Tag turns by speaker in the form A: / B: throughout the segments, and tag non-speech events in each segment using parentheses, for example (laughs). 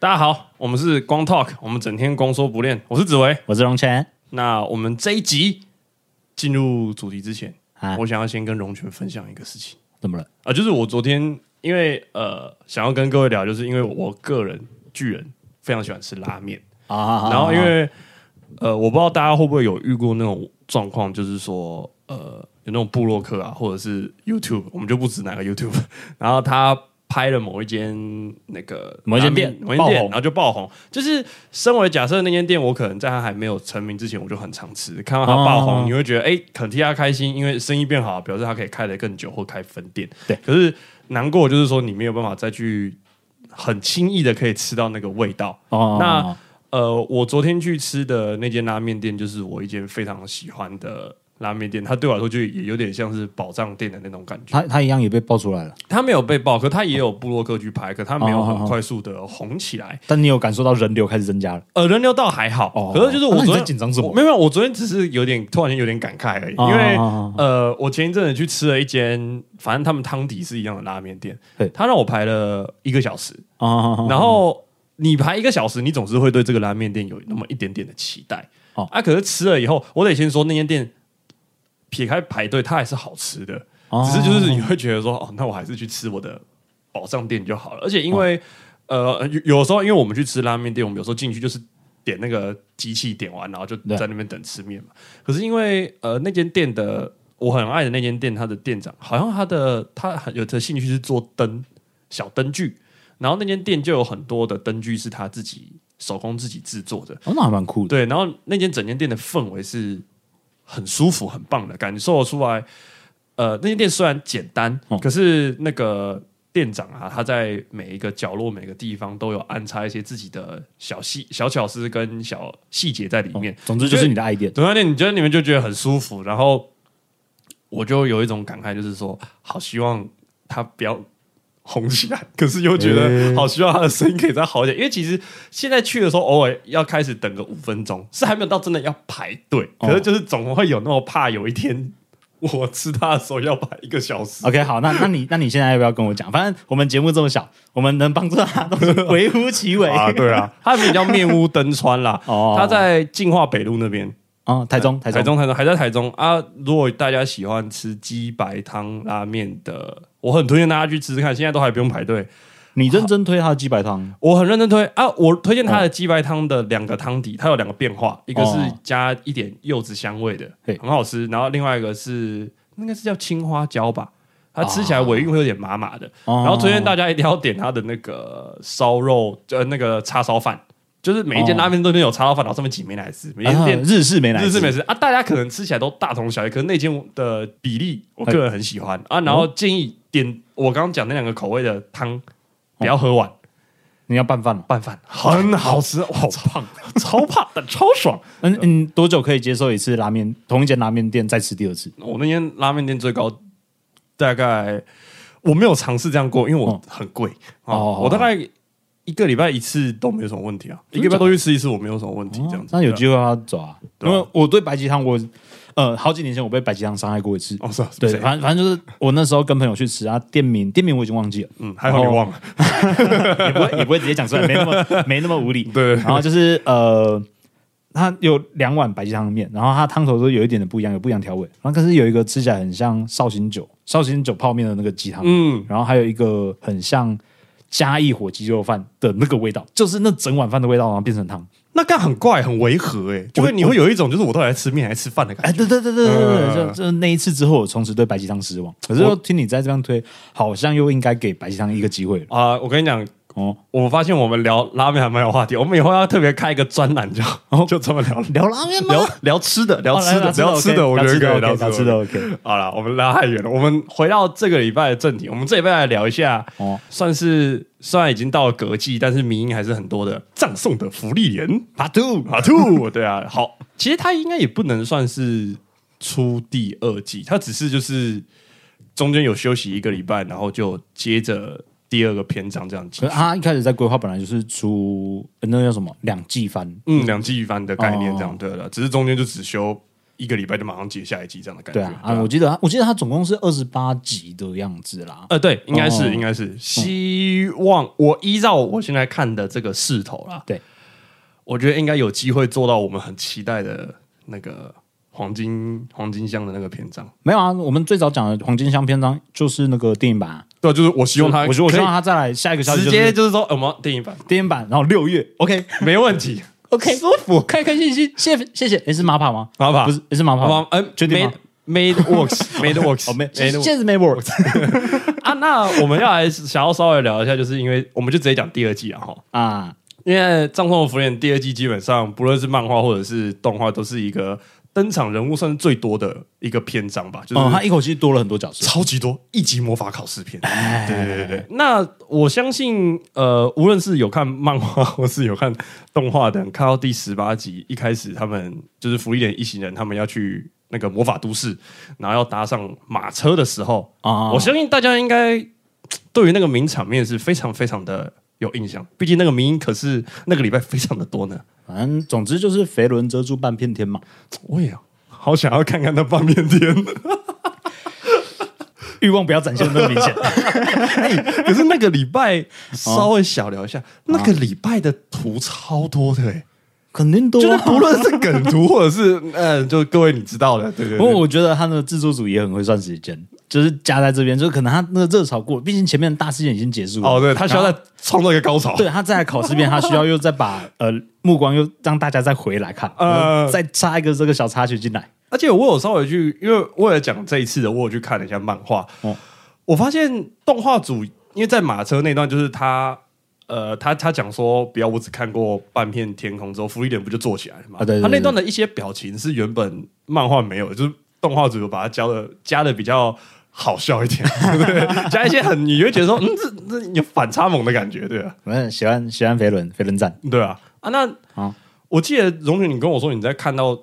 A: 大家好，我们是光 Talk，我们整天光说不练。我是紫薇。
B: 我是荣泉
A: 那我们这一集进入主题之前，
B: 啊
A: 我想要先跟荣泉分享一个事情
B: 怎么了？
A: 啊、就是我昨天因为呃想要跟各位聊，就是因为我个人巨人非常喜欢吃拉面，
B: 啊
A: 然后因为呃我不知道大家会不会有遇过那种状况，就是说呃有那种部落客啊，或者是 YouTube，我们就不指哪个 YouTube，然 (laughs) 后他。拍了某一间那个
B: 某一间店
A: 拉面某一
B: 爆
A: 间
B: 红
A: 店，然后就爆红。就是身为假设那间店，我可能在他还没有成名之前，我就很常吃。看到他爆红，
B: 哦
A: 你会觉得哎，可能替他开心，因为生意变好，表示他可以开得更久或开分店。
B: 对
A: 可是难过就是说你没有办法再去很轻易的可以吃到那个味道。
B: 哦
A: 那呃，我昨天去吃的那间拉面店，就是我一间非常喜欢的拉面店，它对我来说就也有点像是宝藏店的那种感觉。
B: 他他一样也被爆出来了，
A: 它没有被爆，可它也有部落客去拍，可它没有很快速的红起来。
B: 但你有感受到人流开始增加了？
A: 呃，人流倒还好，
B: 哦
A: 可是就是我
B: 那你
A: 昨
B: 在
A: 天
B: 紧张什么
A: 我没有，没有我昨天只是有点突然间有点感慨而已，因为
B: 哦哦哦
A: 呃，我前一阵子去吃了一间，反正他们汤底是一样的拉面店
B: 对，
A: 他让我排了一个小时，
B: 哦
A: 然后你排一个小时，你总是会对这个拉面店有那么一点点的期待。
B: 哦
A: 啊，可是吃了以后，我得先说那间店，撇开排队，它还是好吃的，
B: 哦
A: 只是就是你会觉得说，哦，那我还是去吃我的宝藏店就好了。而且因为、呃，有有时候因为我们去吃拉面店，我们有时候进去就是点那个机器点完，然后就
B: 对
A: 在那边等吃面嘛。可是因为呃，那间店的我很爱的那间店，它的店长好像他的他很有的兴趣是做灯小灯具，然后那间店就有很多的灯具是他自己手工自己制作的。
B: 哦，那还蛮酷的。
A: 对，然后那间整间店的氛围是很舒服、很棒的，感受得出来。呃，那间店虽然简单，
B: 嗯
A: 可是那个店长啊，他在每一个角落、每个地方都有安插一些自己的小细、小巧思跟小细节在里面。
B: 总之就是你的爱店
A: 总而言之，你觉得你们就觉得很舒服，然后我就有一种感慨，就是说，好希望他不要红起来，可是又觉得好希望他的声音可以再好一点，因为其实现在去的时候，偶尔要开始等个五分钟，是还没有到真的要排队，可是就是总会有那么怕有一天我吃他的时候要排一个小时。
B: OK，好，那那你那你现在要不要跟我讲？反正我们节目这么小，我们能帮助他都是微乎其微
A: (laughs) 啊，对啊，他名叫面屋登川啦，
B: (laughs) 哦
A: 他在进化北路那边，
B: 哦，台中，台
A: 台中，
B: 中，
A: 台中还在台中啊！如果大家喜欢吃鸡白汤拉面的，我很推荐大家去吃吃看，现在都还不用排队。
B: 你认真推他的鸡白汤
A: 我很认真推啊！我推荐它的鸡白汤的两个汤底，它有两个变化，一个是
B: 哦
A: 加一点柚子香味的，
B: 嘿
A: 很好吃；然后另外一个是那应该是叫青花椒吧，它吃起来尾韵会有点麻麻的。
B: 哦
A: 然后推荐大家一定要点它的那个烧肉，呃，那个叉烧饭，就是每一间
B: 哦
A: 拉面都有叉烧饭，然后上面挤美乃滋，每一间
B: 啊
A: 店
B: 日式美奶
A: 日式美
B: 食
A: 食啊，大家可能吃起来都大同小异，可是那间的比例，我个人很喜欢啊。然后
B: 哦
A: 建议点我刚刚讲那两个口味的汤，不要喝完，
B: 你要拌饭哦了？
A: 拌饭很好
B: (laughs)
A: 吃，哇，好胖， (laughs) 超胖但超爽。
B: 嗯嗯，多久可以接受一次拉面？同一间拉面店再吃第二次？
A: 我那间拉面店最高大概我没有尝试这样过，因为我
B: 哦
A: 很贵
B: 哦
A: 哦，我大概一个礼拜一次都没有什么问题啊，一
B: 真的
A: 个礼拜都去吃一次，我没有什么问题，这样
B: 哦
A: 子。
B: 那有
A: 对啊
B: 机会要走啊，
A: 对
B: 因
A: 啊
B: 为我对白鸡汤我呃好几年前我被白鸡汤伤害过一次。
A: 哦是啊，是
B: 对，
A: 谁
B: 反正反正就是我那时候跟朋友去吃啊，店名店名我已经忘记了，
A: 嗯，还好你忘
B: 哦
A: 了，
B: 也不会也不会直接讲出来，没那么没那么无理。
A: 对，
B: 然后就是呃，它有两碗白鸡汤面，然后它汤头都有一点的不一样，有不一样调味。然后可是有一个吃起来很像绍兴酒绍兴酒泡面的那个鸡汤，
A: 嗯，
B: 然后还有一个很像嘉义火鸡肉饭的那个味道，就是那整碗饭的味道，然后变成汤。
A: 那干很怪，很违和哎、就会你会有一种就是我到底在吃面还是吃饭的感觉。
B: (laughs) 哎，对对对对对
A: 嗯
B: 对，就 (laughs) 就那一次之后，我从此对白鸡汤失望。可是又听你再这样推，好像又应该给白鸡汤一个机会了。
A: 啊、我跟你讲，
B: 哦，
A: 我发现我们聊拉面还蛮有话题，我们以后要特别开一个专栏就，就专门聊
B: 哦聊拉面吗？
A: 聊聊吃的，聊
B: 哦
A: 吃的，
B: 来
A: 聊吃的，
B: OK，
A: 我觉得可以
B: 聊
A: 聊
B: 吃的。OK。
A: 好了，我们拉太远了，我们回到这个礼拜的正题，我们这礼拜来聊一下，
B: 哦
A: 算是虽然已经到了隔季，但是迷因还是很多的葬送的福利人 Part Two Part Two，对啊，好，其实它应该也不能算是出第二季，它只是就是中间有休息一个礼拜，然后就接着第二个篇章这样
B: 可
A: 子
B: 是。啊他一开始在规划本来就是出呃那叫什么两季番，
A: 嗯，两季一番的概念这样
B: 哦
A: 对了，只是中间就只休一个礼拜就马上接下一季这样的感觉。
B: 对啊，啊，我记得他，我记得他总共是二十八集的样子啦。
A: 呃，对，应该是，
B: 哦
A: 应该是，希望我依照我现在看的这个势头啦，
B: 对，
A: 我觉得应该有机会做到我们很期待的那个黄金黄金箱的那个篇章。
B: 没有啊，我们最早讲的黄金箱篇章就是那个电影版啊，
A: 对，就是我希望他，
B: 我我希望
A: 可
B: 他再来下一个消
A: 以
B: 息
A: 直
B: 就
A: 接
B: 是
A: 就是说，呃我们要电影版
B: 电影版，然后六月
A: ，OK，没问
B: (laughs)
A: 题，
B: ，OK，舒服，开开心心，谢谢谢谢，诶是马帕吗？
A: 好不好？
B: 不是，诶是马帕
A: 好
B: 吗？
A: 吧，嗯
B: 确定吗
A: ，Made Made
B: (laughs)
A: Works，Made
B: 哦，没，
A: Works，Made
B: 现
A: Works
B: 在是没 work，
A: 啊。那我们要来想要稍微聊一下，就是因为我们就直接讲第二季了哈。
B: 啊，
A: 因为《葬送的福利第二季基本上不论是漫画或者是动画，都是一个登场人物算是最多的一个篇章吧，就是、
B: 哦，他一口气多了很多角色，
A: 超级多一级魔法考试篇。对对对对，那我相信，呃，无论是有看漫画或是有看动画的人，看到第十八集一开始，他们就是福利莲一行人，他们要去那个魔法都市，然后要搭上马车的时候，
B: 啊，
A: 我相信大家应该呃对于那个名场面是非常非常的有印象，毕竟那个名音可是那个礼拜非常的多呢。
B: 反正总之就是肥伦遮住半片天嘛。
A: 我也啊好想要看看那半边天，
B: 欲望不要展现的那么明显。
A: (laughs) 可是那个礼拜稍微小聊一下，那个礼拜的图超多的、欸，
B: (laughs) 肯定多、
A: 就是
B: 啊。
A: 不论是梗图或者是呃，就各位你知道的，对对
B: 不过
A: 对。
B: 我觉得他的制作组也很会算时间，就是加在这边，就是可能他那个热潮过，毕竟前面的大事件已经结束了。
A: 哦，对，他需要再创造一个高潮。
B: 对他再来考试篇，他需要又再把 (laughs) 呃目光又让大家再回来看，
A: 呃
B: 呃，再插一个这个小插曲进来。
A: 而且我有稍微去，因为为了讲这一次的，我有去看了一下漫画。
B: 哦
A: 我发现动画组，因为在马车那段，就是他，呃，他他讲说，不要我只看过半片天空之后，福利点不就做起来了嘛？
B: 啊对对对
A: 他那段的一些表情是原本漫画没有的，就是动画组有把它加的加的比较。好笑一点，对， (laughs) 加一些很，你会觉得说，嗯，这这有反差萌的感觉，对啊，
B: 嗯，喜欢喜欢肥伦，肥伦赞。
A: 对啊，啊，那
B: 好
A: 我记得荣雪，你跟我说你在看到，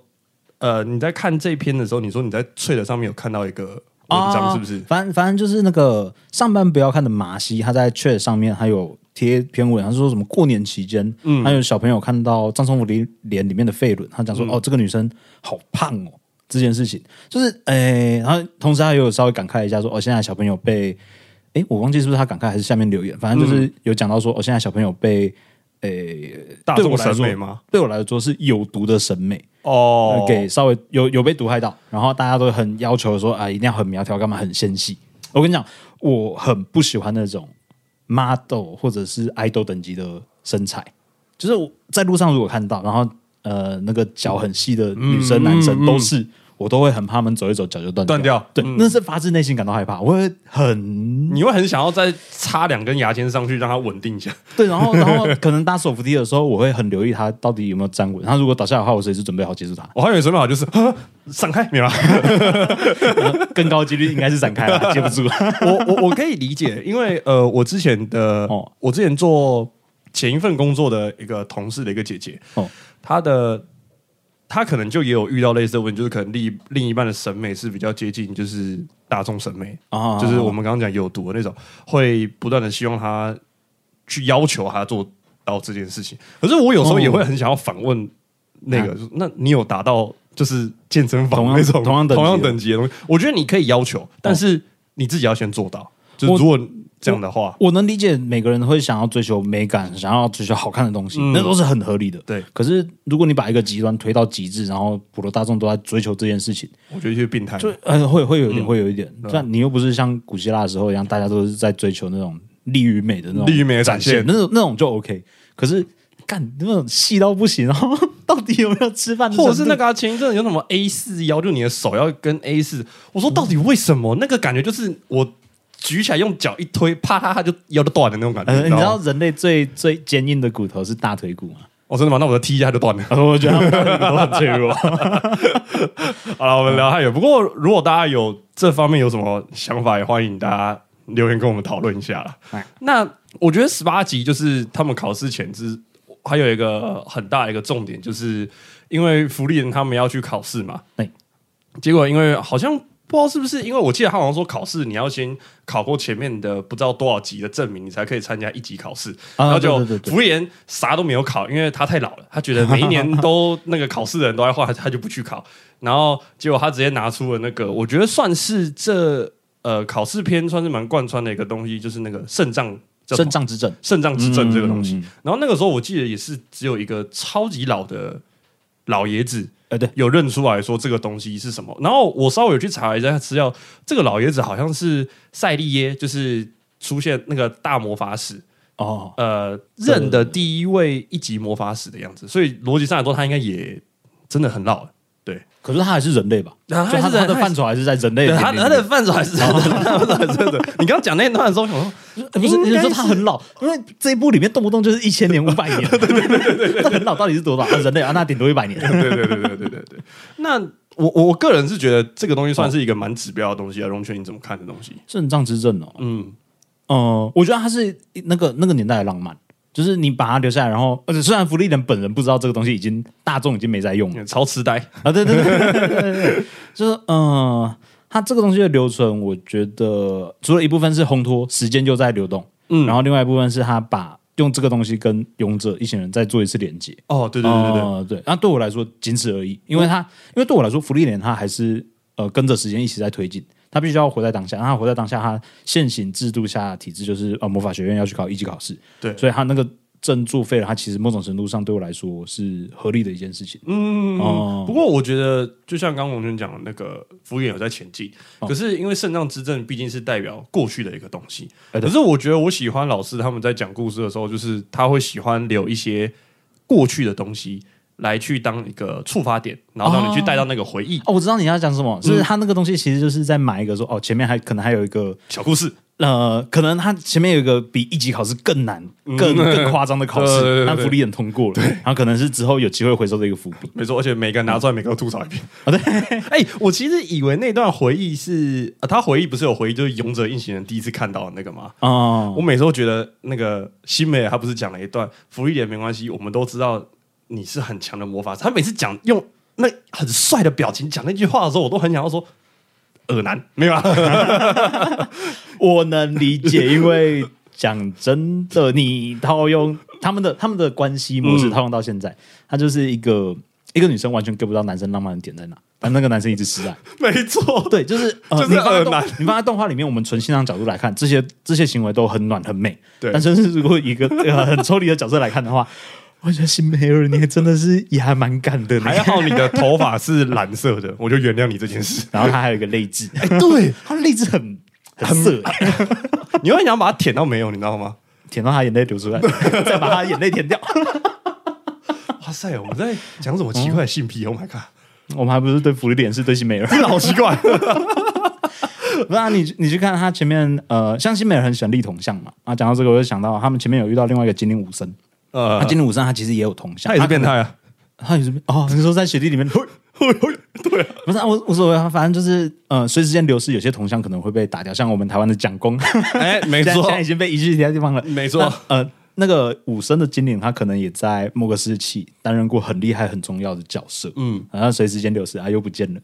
A: 呃，你在看这篇的时候，你说你在脆的上面有看到一个文
B: 啊
A: 章，是不是？
B: 哦反正反正就是那个上班不要看的马西，他在 t 上面还有贴篇文，他说什么过年期间，嗯，还有小朋友看到《葬送福利脸》里面的费伦，他讲
A: 嗯
B: 说、哦，这个女生好胖哦，这件事情就是诶、然后同时他也有稍微感慨一下说，哦，现在小朋友被诶，我忘记是不是他感慨还是下面留言，反正
A: 嗯
B: 就是有讲到说，哦，现在小朋友被诶、
A: 大
B: 对
A: 众
B: 我来
A: 审
B: 说
A: 美吗？
B: 对我来说是有毒的审美，
A: 哦，
B: 呃给稍微有有被毒害到，然后大家都很要求说啊，一定要很苗条，干嘛很纤细。我跟你讲，我很不喜欢那种 model 或者是 idol 等级的身材，就是我在路上如果看到，然后呃那个脚很细的女生、男生都是，我都会很怕他们走一走脚就断
A: 嗯断掉嗯
B: 对，那是发自内心感到害怕，我会
A: (laughs)
B: 很
A: 你会很想要再插两根牙签上去，让它稳定一下。
B: 对，然后然后可能搭手扶梯的时候，我会很留意他到底有没有站稳，他如果倒下的话，我随时准备好接住他。
A: 我还以为准备好就是呵闪开，没有啦。啊
B: 更高几率应该是闪
A: (laughs)
B: 开了，接不住。
A: 我我我可以理解，因为呃，我之前的、
B: 哦
A: 我之前做前一份工作的一个同事的一个姐姐，
B: 哦
A: 她的她可能就也有遇到类似的问题，就是可能另一另一半的审美是比较接近就是大众审美，
B: 啊
A: 就是我们刚刚讲有毒的那种，会不断的希望她去要求她做到这件事情。可是我有时
B: 哦
A: 候也会很想要反问那个，就是那你有达到就是健身房
B: 啊同样
A: 那种
B: 同样等级的哦
A: 同样等级的东西？我觉得你可以要求，但是你自己要先做到。就是如果这样的话，
B: 我能理解每个人会想要追求美感，想要追求好看的东西，那都是很合理的。
A: 嗯对
B: 可是如果你把一个极端推到极致，然后普罗大众都在追求这件事情，
A: 我觉得就是病态。
B: 就呃会会有一
A: 嗯
B: 点，会有一点。但你又不是像古希腊的时候一样，大家都是在追求那种利于美的那种
A: 利于美的展
B: 展
A: 现
B: 那种那种就 OK。可是干那种细到不行，然后到底有没有吃饭的程
A: 或
B: 度？
A: 者是那个啊前一阵有什么 A 四腰，就你的手要跟 A 四，我说到底为什么？那个感觉就是我举起来用脚一推，啪它它就腰就断的那种感觉。
B: 呃，你知
A: 吗
B: 道人类最最坚硬的骨头是大腿骨吗？
A: 哦，真的吗？那我的踢一下就断
B: (laughs)
A: 了。
B: 呃我觉得他们大腿骨都很脆弱。
A: (laughs) 好了，我们聊还有。不过，如果大家有这方面有什么想法，也欢迎大家留言跟我们讨论一下啦
B: 哎
A: 那我觉得十八集就是他们考试前之，还有一个呃很大的一个重点，就是因为福利人他们要去考试嘛
B: 对，
A: 结果因为好像不知道是不是因为我记得他好像说考试你要先考过前面的不知道多少级的证明，你才可以参加一级考试。
B: 啊
A: 然后就
B: 对对对对
A: 福原啥都没有考，因为他太老了，他觉得每一年都那个考试的人都在画，他他就不去考。 (laughs) 然后结果他直接拿出了那个，我觉得算是这呃考试篇算是蛮贯穿的一个东西，就是那个肾脏叫什
B: 肾
A: 么
B: 脏之症，
A: 肾脏之症这个东西。
B: 嗯，
A: 然后那个时候我记得也是只有一个超级老的老爷子，
B: 哎对，
A: 有认出来说这个东西是什么。然后我稍微有去查一下资料，这个老爷子好像是塞利耶，就是出现那个大魔法使，
B: 哦，
A: 呃，任的第一位一级魔法使的样子。所以逻辑上来说，他应该也真的很老了。
B: (laughs) 可是他还是人类吧？
A: 啊
B: 就
A: 他
B: 他
A: 还是人
B: 他的范畴还是在人类
A: 对
B: 的
A: 他
B: 年龄里
A: 他
B: 面。
A: 的范畴还是真的，他的范畴还是
B: (laughs)
A: 真的。你刚刚讲那一段的时候，我想说
B: 哎不是
A: 应
B: 你
A: 该
B: 说他很老，因为这一部里面动不动就是一千年、五百年，对对对对对，那很老到底是多老？
A: (laughs)
B: 啊人类啊，那顶多一百年。
A: 对对对对对对对。那我我个人是觉得这个东西算是一个蛮指标的东西啊，荣圈你怎么看的东西？
B: 肾脏之症哦，
A: 嗯，
B: 嗯，我觉得它是那个那个年代的浪漫，就是你把它留下来，然后而且虽然福利人本人不知道这个东西已经大众已经没在用了
A: 超痴呆。
B: (laughs) 啊，对对对对对对对，就是嗯、呃它这个东西的留存，我觉得除了一部分是烘托时间又在流动，
A: 嗯
B: 然后另外一部分是它把用这个东西跟勇者一行人再做一次连接。
A: 哦，对对对嗯对对，
B: 呃对。那对我来说仅此而已，因为他、因为对我来说，福利连他还是呃跟着时间一起在推进，他必须要活在当下。那他活在当下，他现行制度下的体制就是呃魔法学院要去考一级考试，
A: 对
B: 所以他那个证作废了，他其实某种程度上对我来说是合理的一件事情。
A: 嗯，
B: 哦
A: 不过我觉得，就像刚刚龙泉讲的那个福原有在前进，可是因为肾脏之症毕竟是代表过去的一个东西。
B: 哎
A: 可
B: 对
A: 是我觉得我喜欢老师他们在讲故事的时候，就是他会喜欢留一些过去的东西来去当一个触发点，然后让你去带到那个回忆、
B: 哦，我知道你要讲什么，
A: 嗯
B: 就是他那个东西其实就是在埋一个说哦，前面还可能还有一个
A: 小故事。
B: 呃，可能他前面有一个比一级考试更难、更更夸张的考
A: 嗯 (laughs) 对对
B: 试，
A: 对
B: 但
A: 对
B: 福利人通过了，然后可能是之后有机会回收的一个伏笔。
A: 没错，而且每个人拿出来，每个都吐槽一 (laughs) 遍。啊，对，哎、我其实以为那段回忆是、啊、他回忆，不是有回忆，就是勇者印行人第一次看到的那个吗？
B: 哦
A: 我每次都觉得那个新美尔他不是讲了一段福利点没关系，我们都知道你是很强的魔法师。他每次讲用那很帅的表情讲那句话的时候，我都很想要说。耳男没有 (laughs) 啊，
B: 我能理解，因为讲真的，你套用他们的他们的关系模
A: 嗯
B: 式套用到现在，他就是一个一个女生完全 get 不到男生浪漫的点在哪，但那个男生一直啊失败。
A: 没错，
B: (laughs) 对，就是、呃、
A: 就是
B: 你放在
A: 恶
B: 动
A: 男
B: 你放在动画里面，我们纯欣赏角度来看，这些这些行为都很暖很美。
A: (laughs) 对
B: 但是如果以一个、呃、很抽离的角色来看的话，我觉得新梅尔你真的是也还蛮敢的呢。
A: 还好你的头发是蓝色的，我就原谅你这件事。
B: 然后他还有一个泪痣，
A: 哎对，
B: 他泪痣很很色、欸
A: (laughs) 你会想把它舔到没有，你知道吗？
B: 舔到他眼泪流出来， (laughs) 再把他眼泪舔掉。 (laughs)
A: 哇塞，我们在讲什么奇怪的性癖？Oh my god，
B: 我们还不是对福利点，是对新美人。
A: 真的好奇怪。
B: (laughs) 不然你你去看他前面，呃，像新美人很喜欢立铜像嘛，啊，讲到这个我就想到他们前面有遇到另外一个精灵武僧，
A: 呃
B: 啊，，精灵武僧他其实也有铜像，
A: 他也是变态啊。
B: 他，他也是变哦，你说在雪
A: (laughs)
B: 地里面，
A: 对啊，
B: 不是、啊、我无所谓啊，反正就是呃，随时间流逝，有些铜像可能会被打掉，像我们台湾的蒋公，
A: (laughs) 哎，没
B: 现在
A: 错
B: 现，在已经被移去其他地方了，
A: 没错
B: 那。呃，那个武僧的精灵，他可能也在某个时期担任过很厉害、很重要的角色，
A: 嗯
B: 嗯，然后随时间流逝啊，又不见了。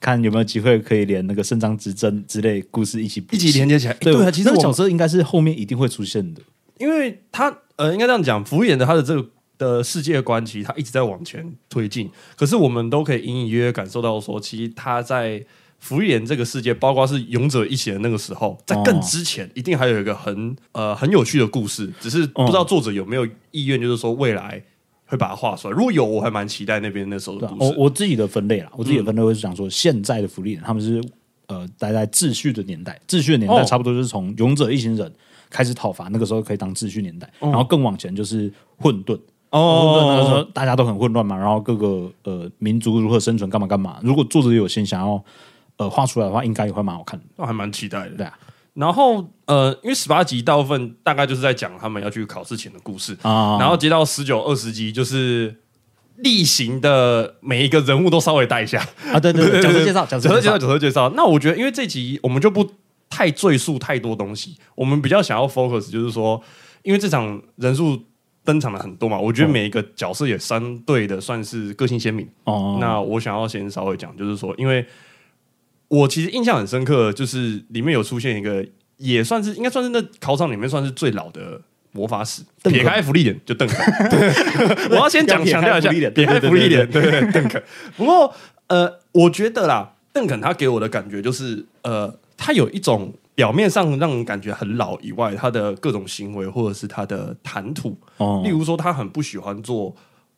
B: 看有没有机会可以连那个肾脏之争之类故事一起补
A: 一起连接起来。哎
B: 对
A: 对啊，其实
B: 那
A: 我
B: 个角色应该是后面一定会出现的。
A: 因为他呃，应该这样讲，福原的他的这个呃的世界观，其实他一直在往前推进。可是我们都可以隐隐约约感受到说，其实他在福原这个世界，包括是勇者一起的那个时候，在更之前，一定还有一个很呃很有趣的故事，只是不知道作者有没呃有意愿，就是说未来会把它画出来。如果有，我还蛮期待那边那时候的
B: 对啊，
A: 故
B: 我
A: 事。
B: 我自己的分类啦，我自己的分类会是想说，现在的福利人他们是呃待在秩序的年代，秩序的年代
A: 哦
B: 差不多就是从勇者一行人开始讨伐，那个时候可以当秩序年代，然后更往前就是混沌。
A: 哦
B: 混沌那个时候大家都很混乱嘛，然后各个呃民族如何生存，干嘛干嘛。如果作者有心想要呃画出来的话，应该也会蛮好看的。
A: 那还蛮期待的。
B: 对啊，
A: 然后呃，因为十八集大部分大概就是在讲他们要去考试前的故事
B: 啊
A: 然后接到十九、二十集就是例行的每一个人物都稍微带一下，
B: 啊，对对对，角色介
A: (laughs)
B: 绍，角
A: 角色介
B: 色介
A: 绍，
B: 绍，
A: 角色介绍。那我觉得，因为这集我们就不太赘述太多东西，我们比较想要 focus 就是说，因为这场人数登场了很多嘛，我
B: 哦
A: 觉得每一个角色也相对的算是个性鲜明。
B: 哦，
A: 那我想要先稍微讲，就是说，因为我其实印象很深刻，就是里面有出现一个，也算是应该算是那考场里面算是最老的魔法使。
C: 邓肯
A: 撇开福利点就邓肯，对我要先讲
C: 要撇开
A: 强调一下，
C: 福利点
A: 撇开
C: 对对对
A: 福利点，对对对邓肯。不过呃，我觉得啦，邓肯他给我的感觉就是呃，他有一种表面上让人感觉很老以外，他的各种行为或者是他的谈吐，
B: 哦
A: 例如说他很不喜欢做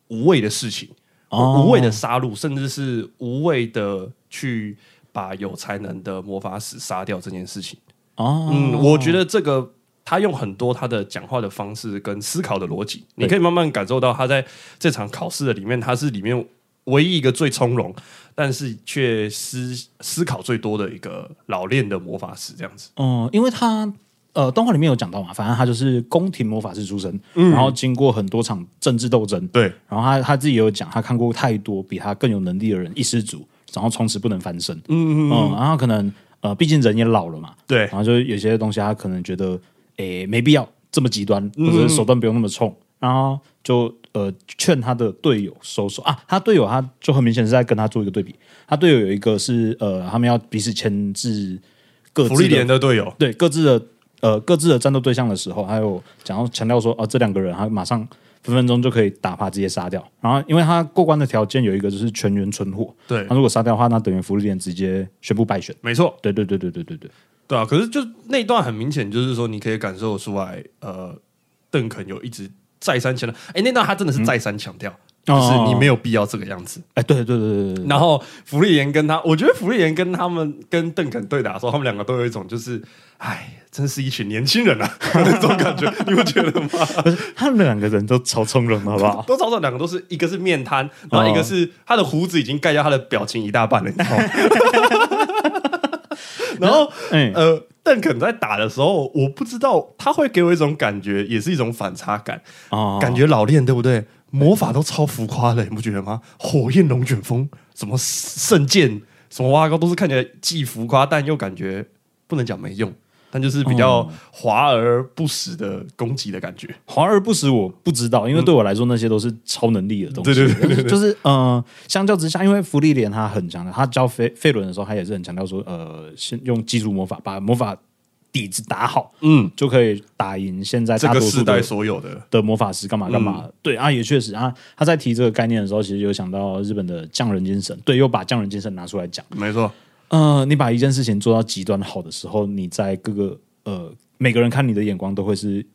A: 无谓的事情。
B: 哦
A: 无谓的杀戮，甚至是无谓的去把有才能的魔法使杀掉这件事情。
B: 哦，
A: 嗯，我觉得这个他用很多他的讲话的方式跟思考的逻辑，你可以慢慢感受到他在这场考试的里面，他是里面唯一一个最从容，但是却思思考最多的一个老练的魔法师这样子。
B: 哦，因为他呃，动画里面有讲到嘛，反正他就是宫廷魔法师出身，然后经过很多场政治斗争，
A: 对，
B: 然后他他自己也有讲，他看过太多比他更有能力的人一失足，然后从此不能翻身。嗯嗯然后可能呃，毕竟人也老了嘛，
A: 对
B: 然，后就有些东西他可能觉得诶没必要这么极
A: 嗯
B: 端，或者是手段不用那么冲，然后就呃劝他的队友收手啊。他队友他就很明显是在跟他做一个对比，他队友有一个是呃他们要彼此牵制各
A: 福
B: 自
A: 利
B: 的
A: 连的队友，
B: 对各自的呃各自的战斗对象的时候，还有讲到强调说，哦、这两个人他马上分分钟就可以打趴直接杀掉。然后，因为他过关的条件有一个就是全员存活，
A: 对
B: 他，如果杀掉的话，那等于福利点直接宣布败选。
A: 没错。
B: 对对对对对对对，
A: 对啊，可是就那一段很明显，就是说你可以感受出来，呃，邓肯有一直再三强调，哎、那段他真的是再三强调，就是你没有必要这个样子。
B: 哎，对
A: (laughs)
B: 对对对对对，
A: 然后福利员跟他，我觉得福利员跟他们跟邓肯对打的时候，他们两个都有一种就是，哎，真是一群年轻人啊那种感觉，你不觉得吗？
B: 不是他们两个人都超从容的，好不
A: (laughs)
B: 好？嗯
A: 都早早两个都是，一个是面瘫，然后一个是他的胡子已经盖掉他的表情一大半了，你知道吗？ (laughs) 然后
B: 哎，
A: 呃，邓肯在打的时候，我不知道他会给我一种感觉，也是一种反差感，
B: 哦，
A: 感觉老练对不对？魔法都超浮夸的，你不觉得吗？火焰龙卷风，什么圣剑，什么挖沟，都是看起来既浮夸，但又感觉不能讲没用，但就是比
B: 哦
A: 较华而不实的攻击的感觉。
B: 华而不实，我不知道，因为对我来说那些都是超能力的东西。
A: 对对
B: 对就是呃，相较之下，因为福利莲他很强的，他教费费伦的时候，他也是很强调说，呃，先用基础魔法把魔法底子打好，
A: 嗯，
B: 就可以打赢现在
A: 这
B: 大
A: 个
B: 多
A: 世
B: 数
A: 代
B: 的
A: 所有的，
B: 的魔法师干嘛干嘛。对啊，也确实啊，他在提这个概念的时候，其实有想到日本的匠人精神，对，又把匠人精神拿出来讲。
A: 没错，
B: 呃，你把一件事情做到极端好的时候，你在各个呃每个人看你的眼光都会是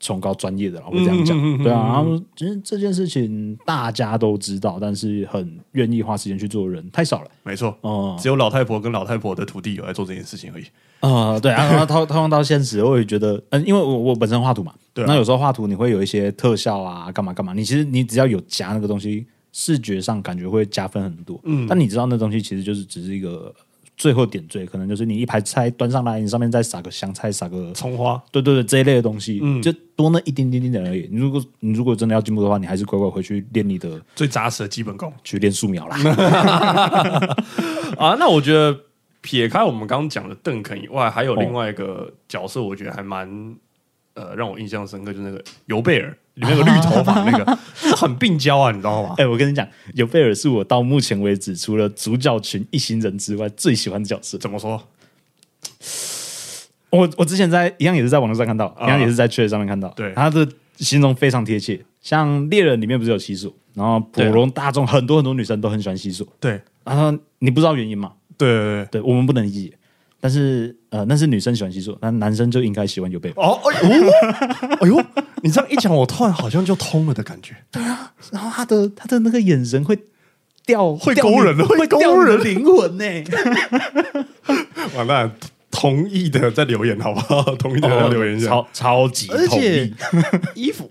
B: 崇高专业的啦，我会这样讲，对啊。然后其实这件事情大家都知道，但是很愿意花时间去做的人太少了。
A: 没错。
B: 哦、
A: 只有老太婆跟老太婆的徒弟有在做这件事情而已。
B: 呃，对啊，然后套套用到现实，我也觉得，嗯、因为我我本身画图嘛，
A: 对啊
B: 那有时候画图你会有一些特效啊，干嘛干嘛，你其实你只要有加那个东西，视觉上感觉会加分很多，嗯，但你知道那东西其实就是只是一个最后点缀，可能就是你一排菜端上来，你上面再撒个香菜，撒个
A: 葱花，
B: 对对对这一类的东西，就多那一点点点而已。你如果你如果真的要进步的话，你还是乖乖回去练你的，
A: 最扎实的基本功。
B: 去练素描啦。
A: 啊，那我觉得撇开我们刚刚讲的邓肯以外，还有另外一个角色，我觉得还蛮呃让我印象深刻，就是那个尤贝尔里面有个绿头发那个， (laughs) 很病娇啊，你知道吗？
B: 哎、我跟你讲，尤贝尔是我到目前为止除了主角群一行人之外最喜欢的角色。
A: 怎么说？
B: 我我之前在一样也是在网络上看到，
A: 啊
B: 一样也是在确上面看到，
A: 对
B: 他的形容非常贴切。像猎人里面不是有西索，然后普
A: 啊
B: 罗大众很多很多女生都很喜欢西索，
A: 对
B: 然后你不知道原因嘛？
A: 对对对，
B: 对我们不能理解，但是呃，那是女生喜欢西索，那男生就应该喜欢尤贝尔。
A: 哦，哎呦，哎呦， (laughs) 你这样一讲，我突然好像就通了的感觉。
B: 啊然后他的他的那个眼神会掉，
A: 会
B: 掉
A: 勾
B: 你
A: 人的会勾
B: 掉你的
A: 人
B: 灵
A: (laughs)
B: 魂呢、
A: (laughs) 完蛋，同意的再留言好不好？ (laughs) 同意的再留言一下。
B: 超超级
A: 而
B: 同
A: 且
B: 意
A: 哦衣服，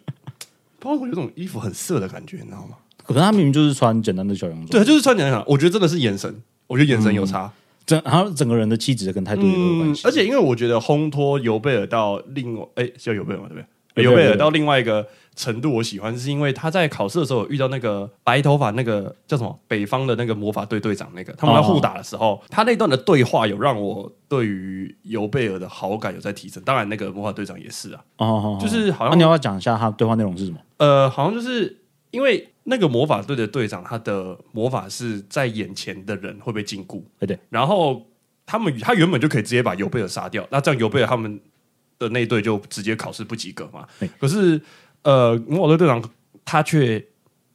A: 包括有种衣服很色的感觉，你知道吗？
B: 可是他明明就是穿简单的小洋装，
A: 对，就是穿起来很好，我觉得真的是眼神，我觉得眼神有差。
B: 整然后整个人的气质跟态度也有关
A: 嗯
B: 系，，
A: 而且因为我觉得烘托尤贝尔到另外，哎、叫尤贝尔嘛，对不对？
B: 尤
A: 尤
B: 贝尔
A: 贝尔到另外一个程度，我喜欢是因为他在考试的时候有遇到那个白头发那个叫什么北方的那个魔法队队长，那个他们在互打的时候，他那段的对话有让我对于尤贝尔的好感有在提升。当然，那个魔法队长也是啊，
B: 哦哦，哦
A: 就是好
B: 那、
A: 像
B: 你要不要讲一下他对话内容是什么？
A: 呃，好像就是因为那个魔法队的队长，他的魔法是在眼前的人会被禁锢，
B: 哎对，
A: 然后他们他原本就可以直接把尤贝尔杀掉，那这样尤贝尔他们的那一队就直接考试不及格嘛。
B: 对
A: 可是呃，魔法队队长他却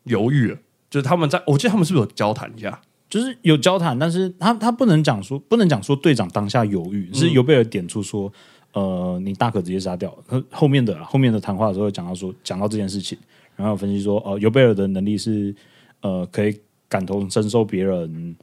A: 犹豫了，就是他们在，我记得他们是不是有交谈一下？
B: 就是有交谈，但是他他不能讲说不能讲说队长当下犹豫，是尤贝尔点出说，呃，你大可直接杀掉。可后面的啦后面的谈话的时候讲到说讲到这件事情，然后有分析说，呃，尤贝尔的能力是呃可以感同身受别人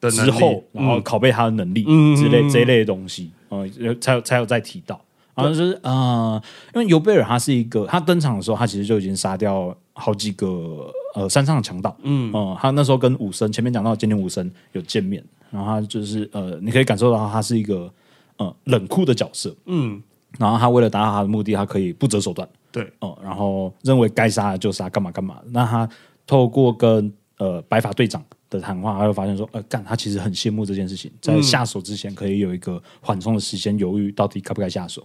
A: 的能力
B: 之后，
A: 嗯
B: 然后拷贝他的能力
A: 嗯
B: 之类、
A: 嗯嗯
B: 这一类的东西，呃，才有才有再提到。然后就是呃，因为尤贝尔他是一个，他登场的时候，他其实就已经杀掉好几个呃山上的强盗，嗯、呃，他那时候跟武僧前面讲到今天武僧有见面，然后他就是呃，你可以感受到他是一个呃冷酷的角色，
A: 嗯，
B: 然后他为了达到他的目的，他可以不择手段，
A: 对，
B: 哦、然后认为该杀的就杀，干嘛干嘛。那他透过跟呃白发队长的谈话，他就发现说，呃，干，他其实很羡慕这件事情，在下手之前可以有一个缓冲的时间，犹豫到底该不该下手。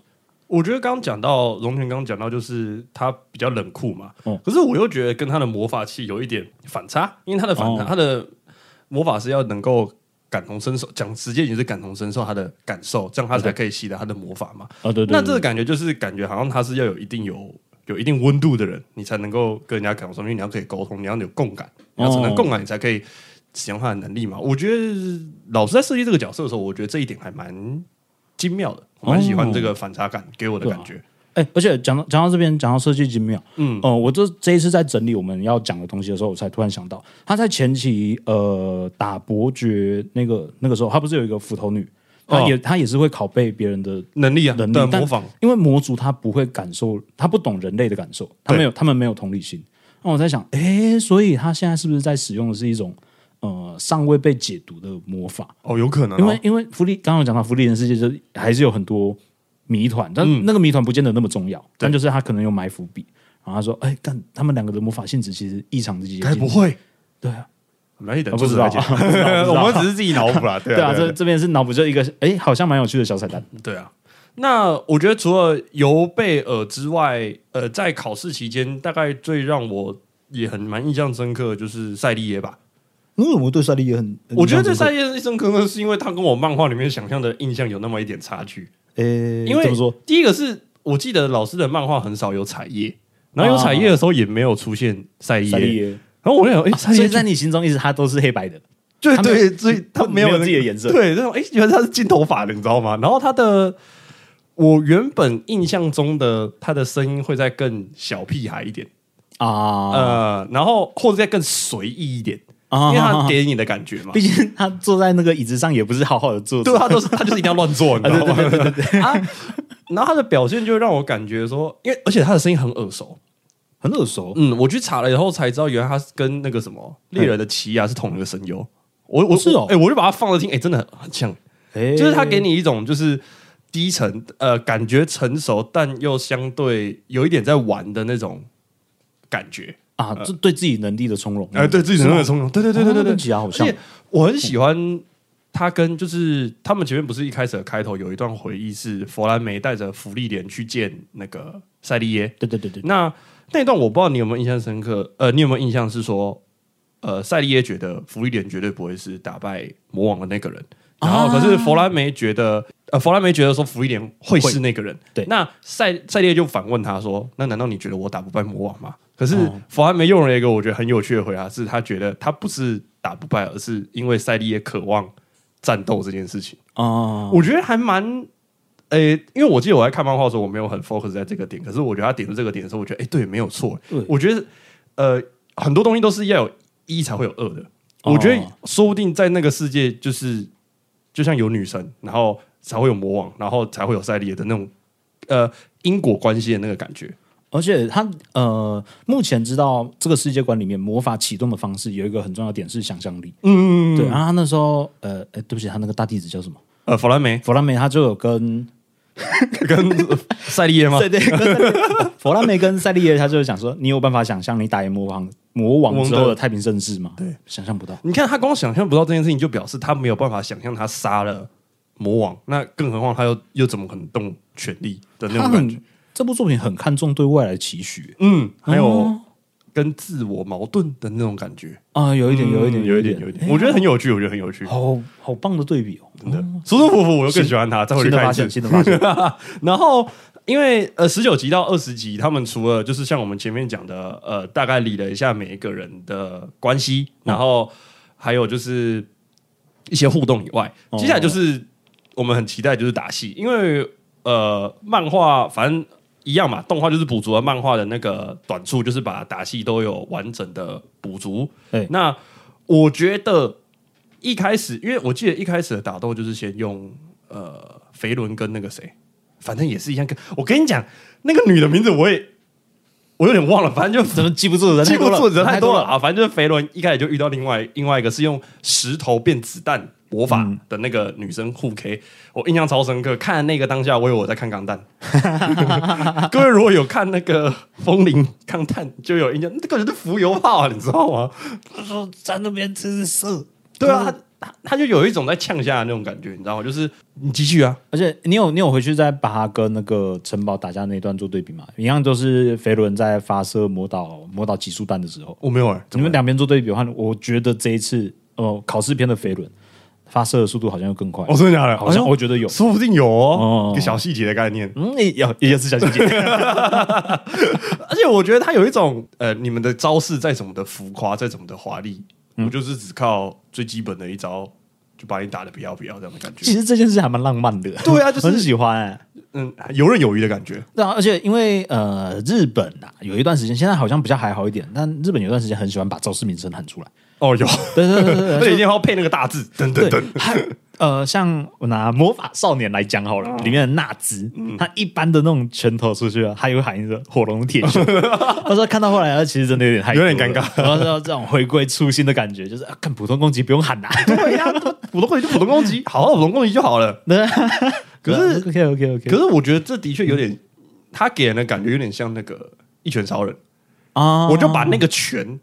A: 我觉得刚刚讲到龙泉，刚刚讲到就是他比较冷酷嘛，
B: 嗯
A: 可是我又觉得跟他的魔法器有一点反差，因为他的反差，
B: 哦
A: 他的魔法是要能够感同身受，讲直接也是感同身受他的感受，这样他才可以吸得他的魔法嘛。
B: 哦，对对
A: 那这个
B: 对
A: 感觉就是感觉好像他是要有一定有有一定温度的人，你才能够跟人家感同身受，因为你要可以沟通，你要有共感，你要产生共感，你才可以使用他的能力嘛。我觉得老师在设计这个角色的时候，我觉得这一点还蛮精妙的，我蛮喜欢这个反差感给我的感觉。
B: 哎、而且讲到讲到这边，讲到设计精妙，
A: 嗯
B: 嗯，哦、我这这一次在整理我们要讲的东西的时候，我才突然想到，他在前期呃打伯爵那个那个时候，他不是有一个斧头女，他也、他也是会拷贝别人的
A: 能力啊，
B: 能力
A: 对
B: 但
A: 模仿，
B: 因为魔族他不会感受，他不懂人类的感受，他没有，他们没有同理心。那我在想，诶，所以他现在是不是在使用的是一种呃尚未被解读的魔法？
A: 哦，有可能、哦，
B: 因为因为福利刚刚有讲到福利人世界，就还是有很多谜团，但
A: 嗯
B: 那个谜团不见得那么重要，但就是他可能有埋伏笔。然后他说：“哎，干，他们两个的魔法性质其实异常的接
A: 该不
B: 近。
A: 会，
B: 对啊，
A: 没等
B: (laughs) 我不知道
A: 作者再
B: 不知道
A: 见
B: 不知
A: (laughs)
B: 道
A: 我们只是自己脑补啦，对
B: 对啊，
A: 啊，
B: 这这边是脑补就一个，哎，好像蛮有趣的小彩蛋。
A: 对啊，那我觉得除了尤贝尔之外，呃，在考试期间，大概最让我也很蛮印象深刻的就是塞利耶吧。
B: 因为我对赛利也很，
A: 我觉得对塞利耶印象深刻呢，是因为他跟我漫画里面想象的印象有那么一点差距。
B: 诶，
A: 因为
B: 怎么说？
A: 第一个是我记得老师的漫画很少有彩页，然后有彩页的时候也没有出现赛
B: 啊赛利
A: 耶。
B: 耶
A: 然后我就想，哎、塞
B: 所
A: 利
B: 以
A: 耶
B: 在你心中一直他都是黑白的，
A: 对
B: 他没
A: 对，所以他
B: 他
A: 没有
B: 没有
A: 那
B: 自己的
A: 个
B: 颜色
A: 对，那种哎，原来他是金头发的，你知道吗？然后他的，我原本印象中的他的声音会再更小屁孩一点，
B: 啊，
A: 呃，然后或者再更随意一点，因
B: 因
A: 为他给你的感觉嘛
B: 毕。竟他坐在那个椅子上也不是好好的坐着，
A: 对啊他都是他就是一定要乱做，你知道吗？啊，然后他的表现就让我感觉说，因为而且他的声音很耳熟，
B: 很耳熟。
A: 嗯，我去查了以后才知道，原来他是跟那个什么猎人的奇亚是同一个声优。我我
B: 是哦
A: 哎，我就把它放着听，哎，真的很很像，
B: 哎
A: 就是他给你一种就是低沉，呃，感觉成熟，但又相对有一点在玩的那种感觉。
B: 啊，这对自己能力的从容，
A: 呃
B: 哦
A: 哎、对自己人格冲动，对对对对对对，
B: 跟吉雅好像
A: 而且我很喜欢他跟就是他们前面不是一开始的开头有一段回忆是弗兰梅带着福利莲去见那个塞利耶，
B: 对对对对，
A: 那那段我不知道你有没有印象深刻，呃，你有没有印象是说，呃，塞利耶觉得弗利莲绝对不会是打败魔王的那个人，然后可是弗兰梅觉得，呃，弗兰梅觉得说弗利莲会是那个人，
B: 对
A: 那塞塞利耶就反问他说，那难道你觉得我打不败魔王吗？可是弗兰梅用了一个我觉得很有趣的回答，是他觉得他不是打不败，而是因为塞利耶渴望战斗这件事情。
B: 啊，
A: 我觉得还蛮，诶、因为我记得我在看漫画的时候，我没有很 focus 在这个点，可是我觉得他点出这个点的时候，我觉得，诶，对，没有错
B: 对。
A: 我觉得，呃，很多东西都是要有一才会有二的。
B: 哦
A: 我觉得说不定在那个世界，就是就像有女神，然后才会有魔王，然后才会有赛利耶的那种，呃，因果关系的那个感觉。
B: 而且他呃，目前知道这个世界观里面魔法启动的方式有一个很重要的点是想象力，
A: 嗯，
B: 对，然后他那时候呃，哎，对不起，他那个大弟子叫什么？
A: 呃，弗兰梅
B: 弗拉梅他就有跟
A: 跟赛利耶吗？
B: 对对，跟啊弗拉梅跟塞利耶他就讲说，你有办法想象你打赢魔王魔王之后的太平盛世吗？对，想象不到。
A: 你看他光想象不到这件事情，就表示他没有办法想象他杀了魔王，那更何况他又又怎么可能动权力的那
B: 他
A: 种感觉？
B: 很这部作品很看重对未来的期许，
A: 嗯，还有、跟自我矛盾的那种感觉，
B: 啊，有一点，有一点，
A: 嗯有
B: 一
A: 一点，有一点，我觉得很有趣，我觉得很有趣，
B: 好好棒的对比哦，
A: 真的舒舒服服，我又更喜欢他，再回去
B: 新的
A: 看
B: 发
A: 一次
B: 现，。新的发现，
A: 然后，因为呃，十九集到二十集，他们除了就是像我们前面讲的，呃，大概理了一下每一个人的关系，然后还有就是一些互动以外，
B: 哦
A: 接下来就是我们很期待就是打戏，因为呃，漫画反正一样嘛，动画就是补足了漫画的那个短处，就是把打戏都有完整的补足。
B: 对
A: 那我觉得一开始，因为我记得一开始的打斗就是先用呃肥伦跟那个谁，反正也是一样跟。我跟你讲，那个女的名字我也我有点忘了，反正就
B: 怎么记不住人
A: 记
B: 太
A: 不
B: 多
A: 住
B: 了？
A: 人太多了
B: 了，
A: 啊！反正就是肥伦一开始就遇到另外另外一个是用石头变子弹魔法
B: 嗯
A: 的那个女生互 K，、我印象超深刻。看那个当下，我以为我在看钢弹。 (laughs) 各位如果有看那个《风铃钢弹》，就有印象，那个人是浮游炮啊，你知道吗？
B: 说在那边真是色。
A: 对啊，他他他就有一种在呛下的那种感觉，你知道吗？就是你继续啊，
B: 而且你有你有回去再把他跟那个城堡打架那一段做对比吗？一样都是肥伦在发射魔导魔导集束弹的时候，
A: 我没有哎、
B: 你们两边做对比的话，我觉得这一次呃考试篇的肥伦发射的速度好像又更快，
A: 我、真的假的？
B: 好像
A: 哎呦
B: 我觉得有，
A: 说不定有哦
B: 哦，
A: 一个小细节的概念。
B: 嗯，也也也是小细
A: (laughs)
B: 节，
A: 而且我觉得他有一种呃，你们的招式再怎么的浮夸，再怎么的华丽，我就是只靠最基本的一招就把你打的不要不要这样的感
B: 其
A: 觉。
B: 实这件事还蛮浪漫的，
A: 对啊就是
B: (laughs) 很喜欢、欸
A: 嗯，游刃有余的感觉。
B: 对啊，而且因为呃，日本啊，有一段时间，现在好像比较还好一点，但日本有一段时间很喜欢把招式名称喊出来。
A: 哦，有，
B: 对对对对
A: 而且一定要配那个大字，等等
B: 对
A: 等。
B: 对，还呃，像我拿魔法少年来讲好了，
A: 嗯
B: 里面的纳兹，他一般的那种拳头出去啊，他也会喊一个火龙铁
A: (laughs)
B: 拳。我说看到后来，他其实真的有点害羞，
A: 有点尴尬。
B: 然后这种回归初心的感觉，就是啊，看普通攻击不用喊呐、啊。
A: (laughs) 对呀，普通攻击就普通攻击，好好普通攻击就好了。可是
B: OK OK OK，
A: 可是我觉得这的确有点，他给人的感觉有点像那个一拳超人，
B: 啊，
A: 我就把那个拳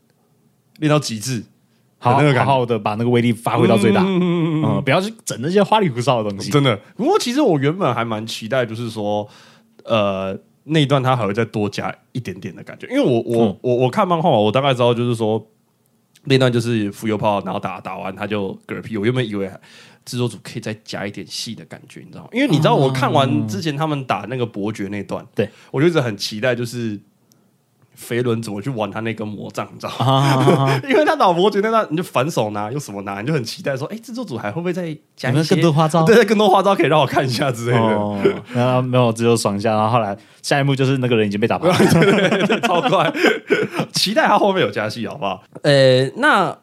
A: 练到极致，
B: 好
A: 那个感
B: 好
A: 觉
B: 好的把那个威力发挥到最大，
A: 嗯嗯嗯嗯嗯
B: 嗯，不要去整那些花里胡哨的东西。
A: 真的。不过其实我原本还蛮期待，就是说，呃，那一段他还会再多加一点点的感觉，因为我我、
B: 嗯
A: 我我看漫画嘛，我大概知道就是说，那段就是浮游炮，然后打打完他就嗝屁。我原本以为制作组可以再加一点戏的感觉，你知道吗？因为你知道我看完之前他们打那个伯爵那段，
B: 嗯对
A: 我就一直很期待，就是。肥伦怎么去玩他那根魔杖，你知道吗？
B: 啊，
A: (laughs) 因为他打伯爵那段，你就反手拿，又什么拿，你就很期待说，哎、制作组还会不会再加一
B: 有没有
A: 些
B: 更多花招？
A: 对，更多花招可以让我看一下之类 (laughs) 的，
B: 哦，然后没有，只有爽一下，然后后来下一幕就是那个人已经被打 (laughs) 趴了。
A: 超快。 (laughs) 期待他后面有加戏，好不好？呃，那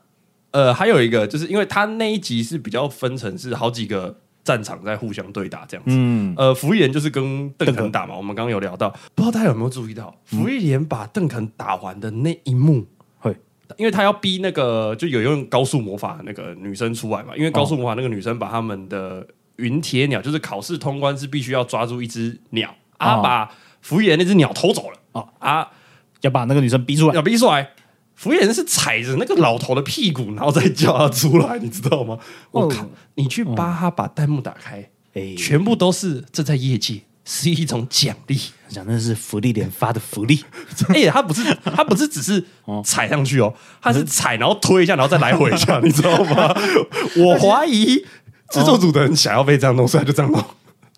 A: 呃，还有一个就是因为他那一集是比较分成是好几个战场在互相对打这样子。
B: 嗯，
A: 呃，福一连就是跟邓肯打嘛，我们刚刚有聊到，不知道大家有没有注意到，福一连把邓肯打完的那一幕，
B: 会
A: 因为他要逼那个就有用高速魔法的那个女生出来嘛，因为高速魔法那个女生把他们的云铁鸟，就是考试通关是必须要抓住一只鸟，啊，
B: 哦
A: 把福原那只鸟偷走了，
B: 哦
A: 啊，
B: 要把那个女生逼出来。
A: 鸟逼出来。福原是踩着那个老头的屁股，然后再叫他出来，你知道吗？我
B: 哦
A: 靠！你去巴哈把弹幕打开，
B: 哎，
A: 全部都是这在业界是一种奖励。
B: 讲的是福利连发的福利，
A: (laughs) 哎、欸，他不是他不是只是踩上去哦，他是踩然后推一下，然后再来回一 (laughs) 下，你知道吗？我怀疑制作组的人想要被这样弄，所以他就这样弄。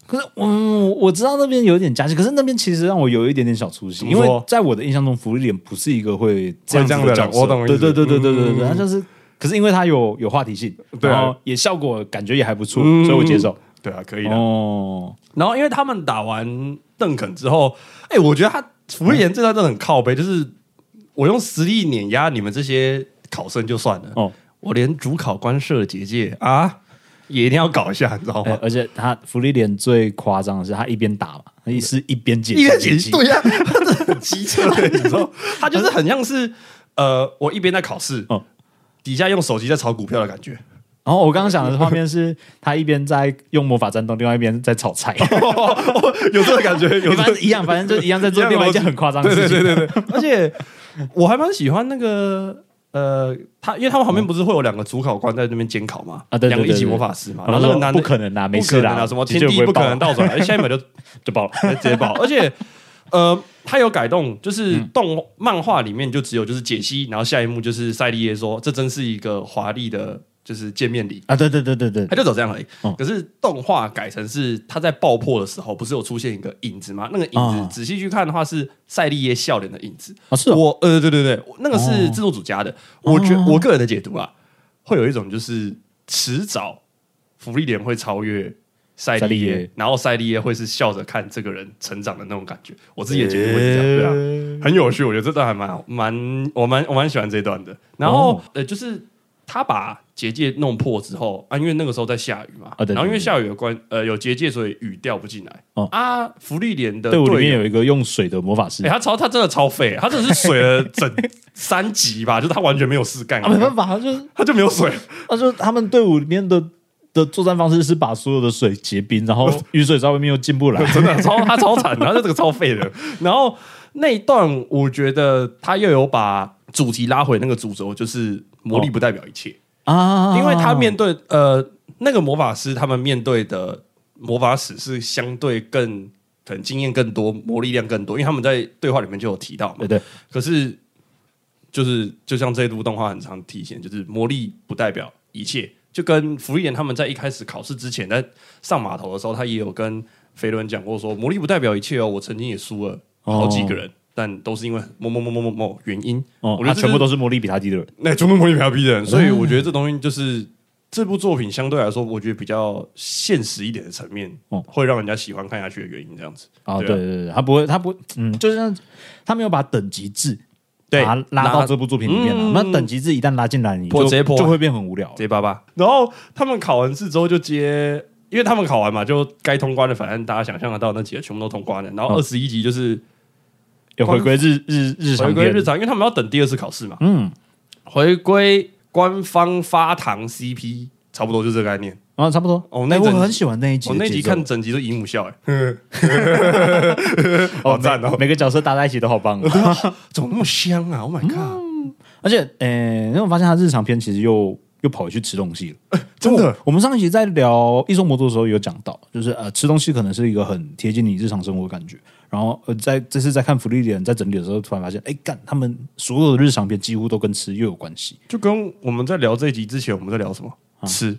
B: 可是，嗯，我知道那边有点夹击，可是那边其实让我有一点点小出戏，
A: 么
B: 因
A: 说
B: 为在我的印象中，福利脸不是一个会这
A: 会
B: 样子
A: 这样的人
B: 角色
A: 我懂意
B: 对
A: 思
B: 对对对对对对，他嗯就是，可是因为他有有话题性，
A: 对啊
B: 然后也效果感觉也还不错，
A: 嗯
B: 所以我接受。
A: 对啊，可以的。
B: 哦，
A: 然后因为他们打完邓肯之后，哎、我觉得他福利言这段真的很靠背，就是我用实力碾压你们这些考生就算了，
B: 哦
A: 我连主考官社结界啊也一定要搞一下，你知道吗？
B: 哎而且他福利脸最夸张的是，他一边打嘛，他也是嗯一边解
A: 一边
B: 解
A: 解析，对呀、他真的很机 (laughs) 车、你知道，他就是很像是呃，我一边在考试，
B: 嗯
A: 底下用手机在炒股票的感觉，
B: 然后我刚刚想的画面是，他一边在用魔法战斗，另外一边在炒菜，
A: 哦有这个感觉，有这
B: 反
A: 个
B: 正一样，反正就一样在做另外一件很夸张的事
A: (laughs)
B: 情。
A: 对 (laughs) 对对对，而且我还蛮喜欢那个。呃，他因为他们旁边不是会有两个主考官在那边监考嘛，
B: 啊对对对
A: 两个一级
B: 对
A: 魔法师嘛，
B: 然
A: 然后
B: 后
A: 那
B: 说
A: 个男的
B: 不可能啦，没
A: 不
B: 事
A: 可能
B: 啦，
A: 啊，什么
B: 其实
A: 天
B: 就
A: 地
B: 会
A: 不可
B: 爆
A: 能倒转，哎下一秒就
B: 就爆了。
A: 直接爆。而且呃，它有改动，就是动漫画里面就只有就是解析，然后下一幕就是赛利耶说：“这真是一个华丽的，就是见面礼。”
B: 啊，对对对对对
A: 他，就走这样而已。
B: 嗯
A: 可是动画改成是他在爆破的时候，不是有出现一个影子吗？那个影
B: 啊
A: 子仔细去看的话，是赛利耶笑脸的影子。
B: 哦是哦
A: 我呃，对对对，那个是制作组加的。我觉我个人的解读啊，会有一种就是迟早福利点会超越。赛
B: 赛
A: 利
B: 利
A: 耶
B: 耶，
A: 然后赛利耶会是笑着看这个人成长的那种感觉，我自己的解读会是这样，对啊。很有趣，我觉得这段还蛮好蛮我蛮我蛮喜欢这一段的。然后、
B: 哦
A: 呃，就是他把结界弄破之后啊，因为那个时候在下雨嘛，
B: 啊对对
A: 然后因为
B: 对
A: 下雨的关呃有结界，所以雨掉不进来。
B: 哦
A: 啊，福利连的
B: 队伍里
A: 队
B: 面
A: 友。
B: 有一个用水的魔法师
A: 哎、他超他真的超废，他真的是水了整三集
B: (laughs)
A: 吧，就是他完全没有事干，
B: 啊，没办法，他就是
A: 他就没有水，
B: 他就是他们队伍里面的的作战方式是把所有的水结冰，然后雨水在外面又进不来。
A: 真
B: (laughs)
A: 的超他超惨的，他这个超废的。然后那一段，我觉得他又有把主题拉回那个主轴，就是魔力不代表一切。
B: 啊
A: 因为他面对呃那个魔法师，他们面对的魔法史是相对更可能经验更多、魔力量更多，因为他们在对话里面就有提到嘛
B: 对。对
A: 可是就是就像这一部动画很常体现，就是魔力不代表一切，就跟福利人他们在一开始考试之前，在上码头的时候，他也有跟肥伦讲过说，魔力不代表一切哦，我曾经也输了好几个人。但都是因为某某某某某某原因，
B: 哦，
A: 我觉得
B: 他
A: 这
B: 全
A: 就
B: 部都是魔力比他低的人。
A: 那全部魔力比较逼人，所
B: 嗯
A: 以我觉得这东西就是这部作品相对来说，我觉得比较现实一点的层面，
B: 嗯
A: 会让人家喜欢看下去的原因，这样子。
B: 啊，
A: 对啊
B: 对对对，他不会，他不，嗯，就是像他没有把等级制
A: 对
B: 把它拉
A: 拉
B: 到这部作品里面了。
A: 嗯
B: 那等级制一旦拉进来，你
A: 破
B: 就
A: 直接破
B: 就会变很无聊了。
A: 贼巴巴。然后他们考完试之后就接，因为他们考完嘛，就该通关的，反正大家想象得到那几个全部都通关了。然后
B: 嗯
A: 二十一集就是
B: 有回归日日日常
A: 回归
B: 篇
A: 日常，因为他们要等第二次考试嘛。
B: 嗯，
A: 回归官方发糖 CP，差不多就这个概念。
B: 啊，差不多。
A: 哦那
B: 哎
A: 一
B: 我
A: 整
B: 很喜欢那一集
A: 我
B: 的节奏，
A: 那集看整集都姨母笑，哎，好
B: 哦，
A: 赞哦
B: 每每个角色搭在一起都好棒 (laughs) 哦。
A: (laughs) 怎么那么香啊？Oh my
B: 嗯
A: god！
B: 而且，诶，因为我发现他日常篇其实又又跑回去吃东西了。
A: 真的，
B: 我们上一集在聊《异兽魔族》的时候有讲到，就是呃，吃东西可能是一个很贴近你日常生活的感觉。然后呃，在这次在看《福利点在整理的时候，突然发现，哎，干，他们所有的日常片几乎都跟吃又有关系。
A: 就跟我们在聊这一集之前，我们在聊什么？
B: 啊
A: 吃，
B: 哦、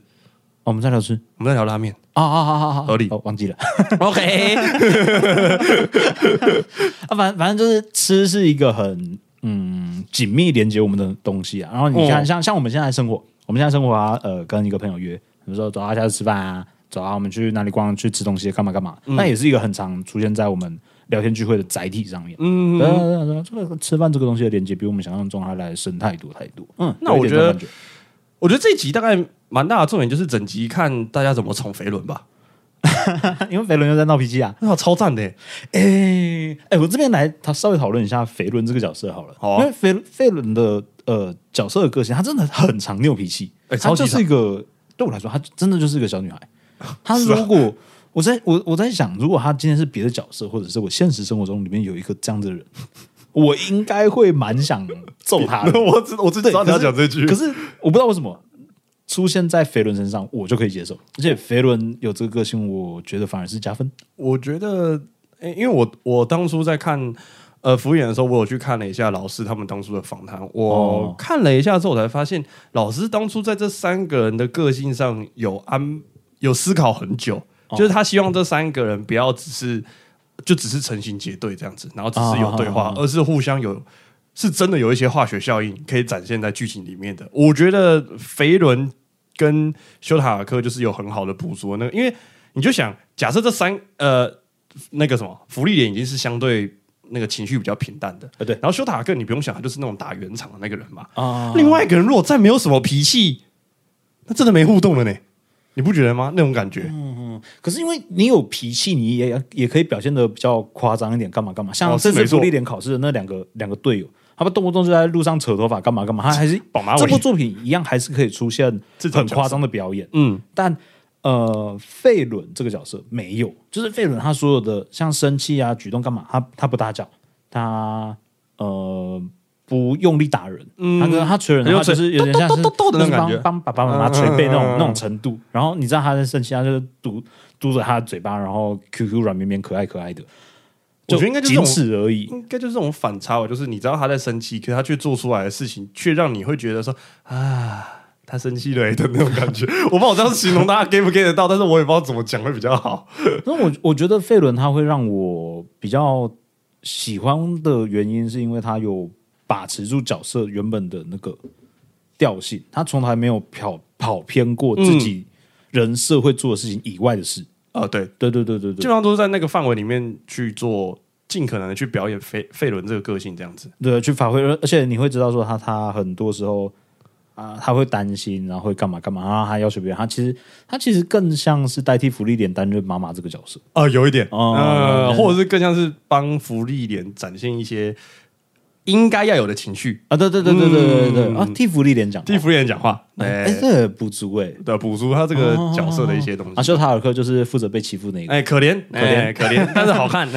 B: 我们在聊吃
A: 我们在聊拉面。
B: 啊啊啊啊啊，
A: 合理
B: 哦， (laughs) 忘记了
A: OK，
B: 啊，反反正就是吃是一个很嗯紧密连接我们的东西啊。然后你看，
A: 哦
B: 像像我们现在生活，我们现在生活啊，呃，跟一个朋友约，比如说走啊，下次吃饭啊，走啊，我们去哪里逛，去吃东西，干嘛干嘛，
A: 嗯
B: 那也是一个很常出现在我们聊天聚会的载体上面。
A: 嗯，
B: 对啊对啊对啊，这个吃饭这个东西的连接比我们想象中还来得深太多太多。嗯，
A: 那
B: 有一
A: 我觉
B: 点这种
A: 得
B: 感觉
A: (laughs)
B: (laughs)
A: 我觉得这一集大概蛮大的重点就是整集看大家怎么宠肥伦吧，
B: 因为肥伦又在闹脾气啊。
A: 那超赞的耶，
B: 哎、哎、我这边来，他稍微讨论一下肥伦这个角色好了，
A: 好啊
B: 因为肥肥伦的呃角色的个性，他真的很常拗脾气，
A: 哎
B: 他
A: 超级
B: 就是一个对我来说，他真的就是一个小
A: (laughs)
B: 女孩。他
A: 啊
B: 如果、我在我我在想，如果他今天是别的角色，或者是我现实生活中里面有一个这样的人，我应该会蛮想
A: (laughs)
B: 揍他
A: (laughs)
B: 的。
A: 我只我只知
B: 对，
A: 道你要讲这句，
B: 可是可是我不知道为什么出现在肥伦身上，我就可以接受。而且肥伦有这个个性，我觉得反而是加分。
A: 我觉得，诶因为我我当初在看呃福演的时候，我有去看了一下老师他们当初的访谈，我
B: 哦
A: 看了一下之后，我才发现老师当初在这三个人的个性上有安有思考很久，就是他希望这三个人不要只是就只是成群结队这样子，然后只是有对话，
B: 哦
A: 而是互相有。是真的有一些化学效应可以展现在剧情里面的。我觉得肥伦跟修塔尔克就是有很好的捕捉那个，因为你就想，假设这三呃那个什么福利点已经是相对那个情绪比较平淡的，
B: 啊对
A: 然后修塔克你不用想，他就是那种打圆场的那个人嘛。
B: 啊
A: 另外一个人如果再没有什么脾气，那真的没互动了呢，你不觉得吗？那种感觉，
B: 可是因为你有脾气，你也也可以表现的比较夸张一点，干嘛干嘛。
A: 哦
B: 像
A: 是
B: 这
A: 没
B: 次
A: 错
B: 福利点考试的那两个两个队友，他们动不动就在路上扯头发，干嘛干嘛。他还是
A: (laughs) 绑马尾
B: 这部作品一样，还是可以出现
A: 这种
B: 很
A: 角色
B: 夸张的表演。
A: 嗯，
B: 但呃，费伦这个角色没有，就是费伦他所有的像生气啊、举动干嘛，他他不打搅，他呃不用力打人，
A: 嗯
B: 他跟他捶人，
A: 有
B: 他
A: 捶
B: 就是有点像是
A: 咚咚咚咚的那种
B: 就是
A: 感觉
B: 帮帮爸爸妈妈捶背那
A: 嗯嗯嗯嗯
B: 种那种程度。然后你知道他在生气，他就是嘟嘟着他的嘴巴，然后 QQ 软绵绵、可爱可爱的。
A: 我觉得应该就是这
B: 仅
A: 种
B: 此而已。
A: 应该就是这种反差吧，就是你知道他在生气，可是他却做出来的事情，却让你会觉得说啊。他生气了欸的那种感觉， (laughs) 我不知道我这样形容大家 get 不 get 得到，但是我也不知道怎么讲会比较 (laughs) 好。
B: 那我我觉得费伦他会让我比较喜欢的原因，是因为他有把持住角色原本的那个调性，他从来没有跑跑偏过自
A: 嗯
B: 己人设会做的事情以外的事。
A: 啊，对，
B: 对对对对
A: 基
B: 对
A: 本上都是在那个范围里面去做，尽可能的去表演费费伦这个个性这样子。
B: 对，去发挥，而而且你会知道说他他很多时候啊，他会担心，然后会干嘛干嘛，然后他要求别人，他其实他其实更像是代替福利点担任妈妈这个角色。
A: 啊，有一点，
B: 哦
A: 呃，
B: 嗯
A: 或者是更像是帮福利脸展现一些应该要有的情绪，
B: 啊，对对对对对对对对、
A: 嗯
B: 啊！替福利点讲话，
A: 替福利脸讲话，
B: 哎，
A: 哎，
B: 这补足哎，
A: 对，补足他这个角色的一些东
B: 啊，
A: 西。
B: 修塔尔克就是负责被欺负
A: (laughs)
B: 那一个，
A: 哎，可怜，
B: 可怜
A: 哦哎， (laughs) 可怜，但是好看。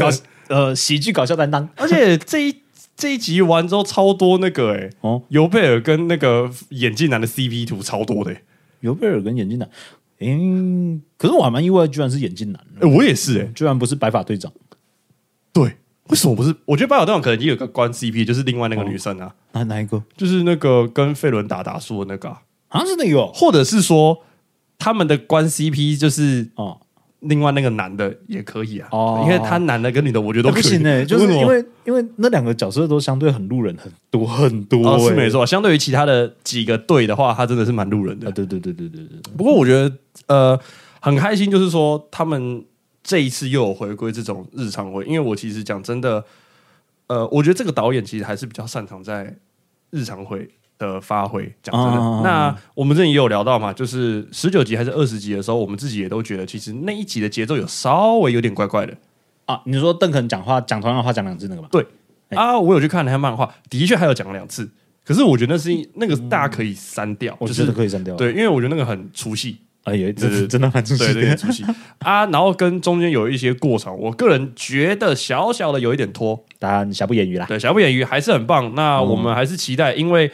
B: 搞呃喜剧搞笑担当。
A: 而且这一这一集完之后，超多那个哎、
B: 哦
A: 尤贝尔跟那个眼镜男的 CP 图超多的、欸，
B: 尤贝尔跟眼镜男，嗯，可是我还蛮意外，居然是眼镜男，
A: 哎、我也是哎、
B: 居然不是白发队长。
A: 对，为什么不是？我觉得八角队长可能也有个关 CP，就是另外那个女生啊，
B: 哪哪一个？
A: 就是那个跟费伦打打输的那个啊、
B: 啊，是那个哦
A: 或者是说他们的关 CP 就是
B: 哦，
A: 另外那个男的也可以啊，
B: 哦
A: 因为他男的跟女的我觉得都
B: 都
A: 可
B: 哎不
A: 以，
B: 行呢、就是
A: 什么
B: 因为因为那两个角色都相对很路人很多很多、
A: 哦是
B: 哎
A: 没错，相对于其他的几个队的话，他真的是蛮路人的
B: 啊，。对对对对对对对，
A: 不过我觉得呃很开心，就是说他们这一次又有回归这种日常回，因为我其实讲真的，呃，我觉得这个导演其实还是比较擅长在日常回的发挥。讲真的，
B: 啊
A: 那我们之前也有聊到嘛，就是十九集还是二十集的时候，我们自己也都觉得，其实那一集的节奏有稍微有点怪怪的。
B: 啊，你说邓肯讲话讲同样的话讲两次那个吧？哎
A: 啊，我有去看了他漫画，的确还有讲两次，可是我觉得那是一那个大家可以删掉，
B: 我
A: 就
B: 觉得
A: 是
B: 可以删掉。，
A: 对，因为我觉得那个很出戏。
B: 哎呀，
A: 对
B: 真
A: 对
B: 真的蛮
A: (laughs)
B: 出
A: 对
B: 戏
A: 对，
B: 的。
A: 出席啊，然后跟中间有一些过场，我个人觉得小小的有一点拖。
B: 答案瑕不掩瑜啦。
A: 对，小不演鱼还是很棒，那我们还是期待，因为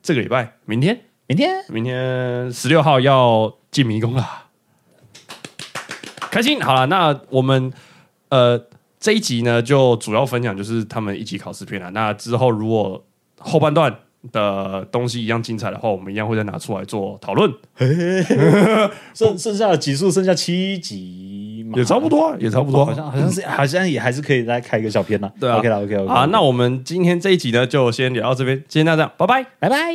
A: 这个礼拜明天，
B: 明天
A: 明天十六号要进迷宫了，开心。好了，那我们呃这一集呢，就主要分享就是他们一起考试片了。那之后如果后半段。的东西一样精彩的话，我们一样会再拿出来做讨论，
B: 剩剩下的集数剩下七集嘛，哦
A: 也差不多啊，也差不多啊，
B: 好像好像是好像也还是可以再开一个小片啦。
A: 对啊
B: ，OK 啦，OK 啦，OK 啦
A: 好，那我们今天这一集呢，就先聊到这边，今天就这样，拜拜。
B: 拜拜。